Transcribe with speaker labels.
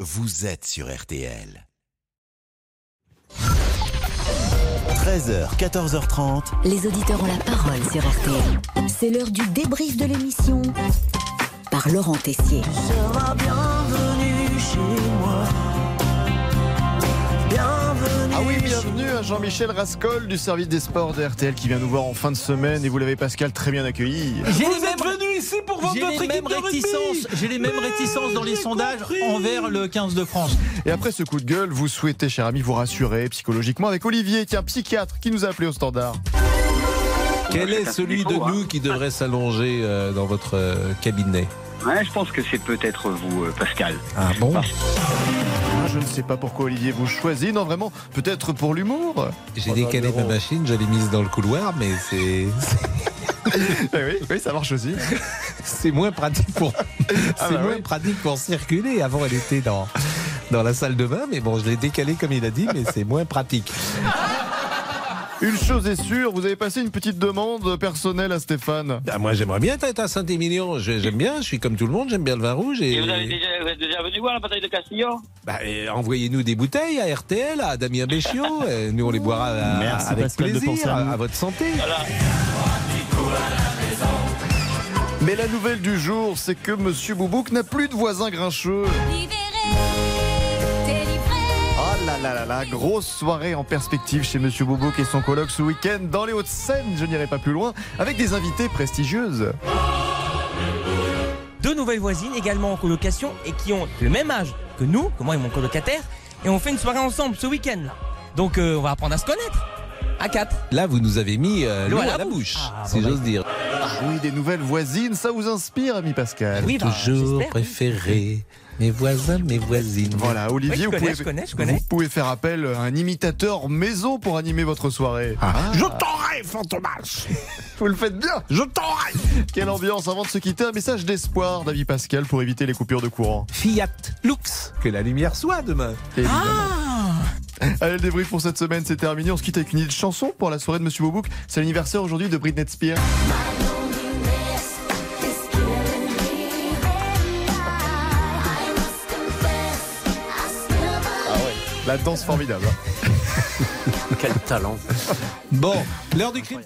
Speaker 1: vous êtes sur RTL. 13h, 14h30.
Speaker 2: Les auditeurs ont la parole sur RTL. C'est l'heure du débrief de l'émission par Laurent Tessier.
Speaker 3: seras bienvenue chez moi. Bienvenue.
Speaker 4: Ah oui, bienvenue à Jean-Michel Rascol du service des sports de RTL qui vient nous voir en fin de semaine et vous l'avez Pascal très bien accueilli.
Speaker 5: J'ai
Speaker 6: Vous
Speaker 5: les mêmes-
Speaker 6: êtes venu ici pour vendre
Speaker 5: j'ai
Speaker 6: votre
Speaker 5: les mêmes
Speaker 6: équipe de
Speaker 5: réticences,
Speaker 6: rugby
Speaker 5: j'ai les mêmes
Speaker 6: Mais
Speaker 5: réticences dans les
Speaker 6: j'ai
Speaker 5: sondages
Speaker 6: compris.
Speaker 5: envers le 15 de France.
Speaker 4: Et après ce coup de gueule, vous souhaitez, cher ami, vous rassurer psychologiquement avec Olivier, qui est un psychiatre qui nous a appelé au standard.
Speaker 6: Quel est
Speaker 7: C'est un
Speaker 6: celui de
Speaker 7: petit mot,
Speaker 6: nous qui devrait s'allonger euh, dans votre euh, cabinet
Speaker 7: Ouais, je pense que c'est peut-être vous, euh, Pascal.
Speaker 6: Ah bon
Speaker 4: Ah, je ne sais pas pourquoi Olivier vous choisit, non vraiment, peut-être pour l'humour.
Speaker 6: J'ai décalé ma machine, j'avais mise dans le couloir, mais c'est
Speaker 4: Eh oui, oui, ça marche aussi.
Speaker 6: c'est moins pratique pour c'est
Speaker 4: bah
Speaker 6: moins
Speaker 4: oui.
Speaker 6: pratique pour circuler. Avant, elle était dans dans la salle de bain, mais bon, je l'ai décalé comme il a dit, mais c'est moins pratique.
Speaker 4: Une chose est sûre, vous avez passé une petite demande personnelle à Stéphane.
Speaker 6: Ah, moi, j'aimerais bien être à Saint-Émilion. Je- J'aime bien, je suis comme tout le monde, j'aime bien le vin rouge. Et,
Speaker 8: Et vous, avez déjà, vous êtes déjà venu voir la bataille de Castillon
Speaker 6: Bah, et envoyez-nous des bouteilles à RTL, à Damien Béchiot. et nous, on les boira à-
Speaker 5: Merci,
Speaker 6: avec
Speaker 5: Pascal, de penser
Speaker 6: plaisir,
Speaker 5: à
Speaker 6: à,
Speaker 5: nous.
Speaker 6: à votre santé.
Speaker 4: Mais la nouvelle du jour, c'est que Monsieur Boubouk n'a plus de voisin grincheux. Oh là là là là, grosse soirée en perspective chez Monsieur Boubouk et son colloque ce week-end dans les Hauts-de-Seine, je n'irai pas plus loin, avec des invités prestigieuses.
Speaker 9: deux nouvelles voisines également en colocation et qui ont le même âge que nous, que moi et mon colocataire, et on fait une soirée ensemble ce week-end. là. Donc euh, on va apprendre à se connaître. À quatre.
Speaker 6: Là, vous nous avez mis euh, l'eau
Speaker 9: L'eau
Speaker 6: à
Speaker 9: à
Speaker 6: la,
Speaker 9: la
Speaker 6: bouche,
Speaker 9: bouche. Ah,
Speaker 6: si
Speaker 9: bon,
Speaker 6: j'ose dire.
Speaker 4: Ah oui, des nouvelles voisines, ça vous inspire, ami Pascal
Speaker 9: Oui, bah,
Speaker 6: Toujours
Speaker 9: j'espère.
Speaker 6: préféré, mes voisins, mes voisines.
Speaker 4: Voilà, Olivier,
Speaker 9: Oui, je
Speaker 4: vous,
Speaker 9: connais,
Speaker 4: pouvez,
Speaker 9: je connais, je connais.
Speaker 4: vous pouvez faire appel à un imitateur maison pour animer votre soirée.
Speaker 9: Ah.
Speaker 4: Ah.
Speaker 6: Je t'en rêve, Fantomas
Speaker 4: Vous le faites bien
Speaker 6: Je t'en rêve
Speaker 4: Quelle ambiance Avant de se quitter, un message d'espoir d'Avis Pascal pour éviter les coupures de courant.
Speaker 6: Fiat Lux, que la lumière soit demain.
Speaker 9: Ah.
Speaker 4: Allez, le débrief pour cette semaine, c'est terminé. On se quitte avec une petite chanson pour la soirée de Monsieur Boubouk. C'est l'anniversaire aujourd'hui de Britney Spears. La danse formidable.
Speaker 6: Bon, l'heure du crime.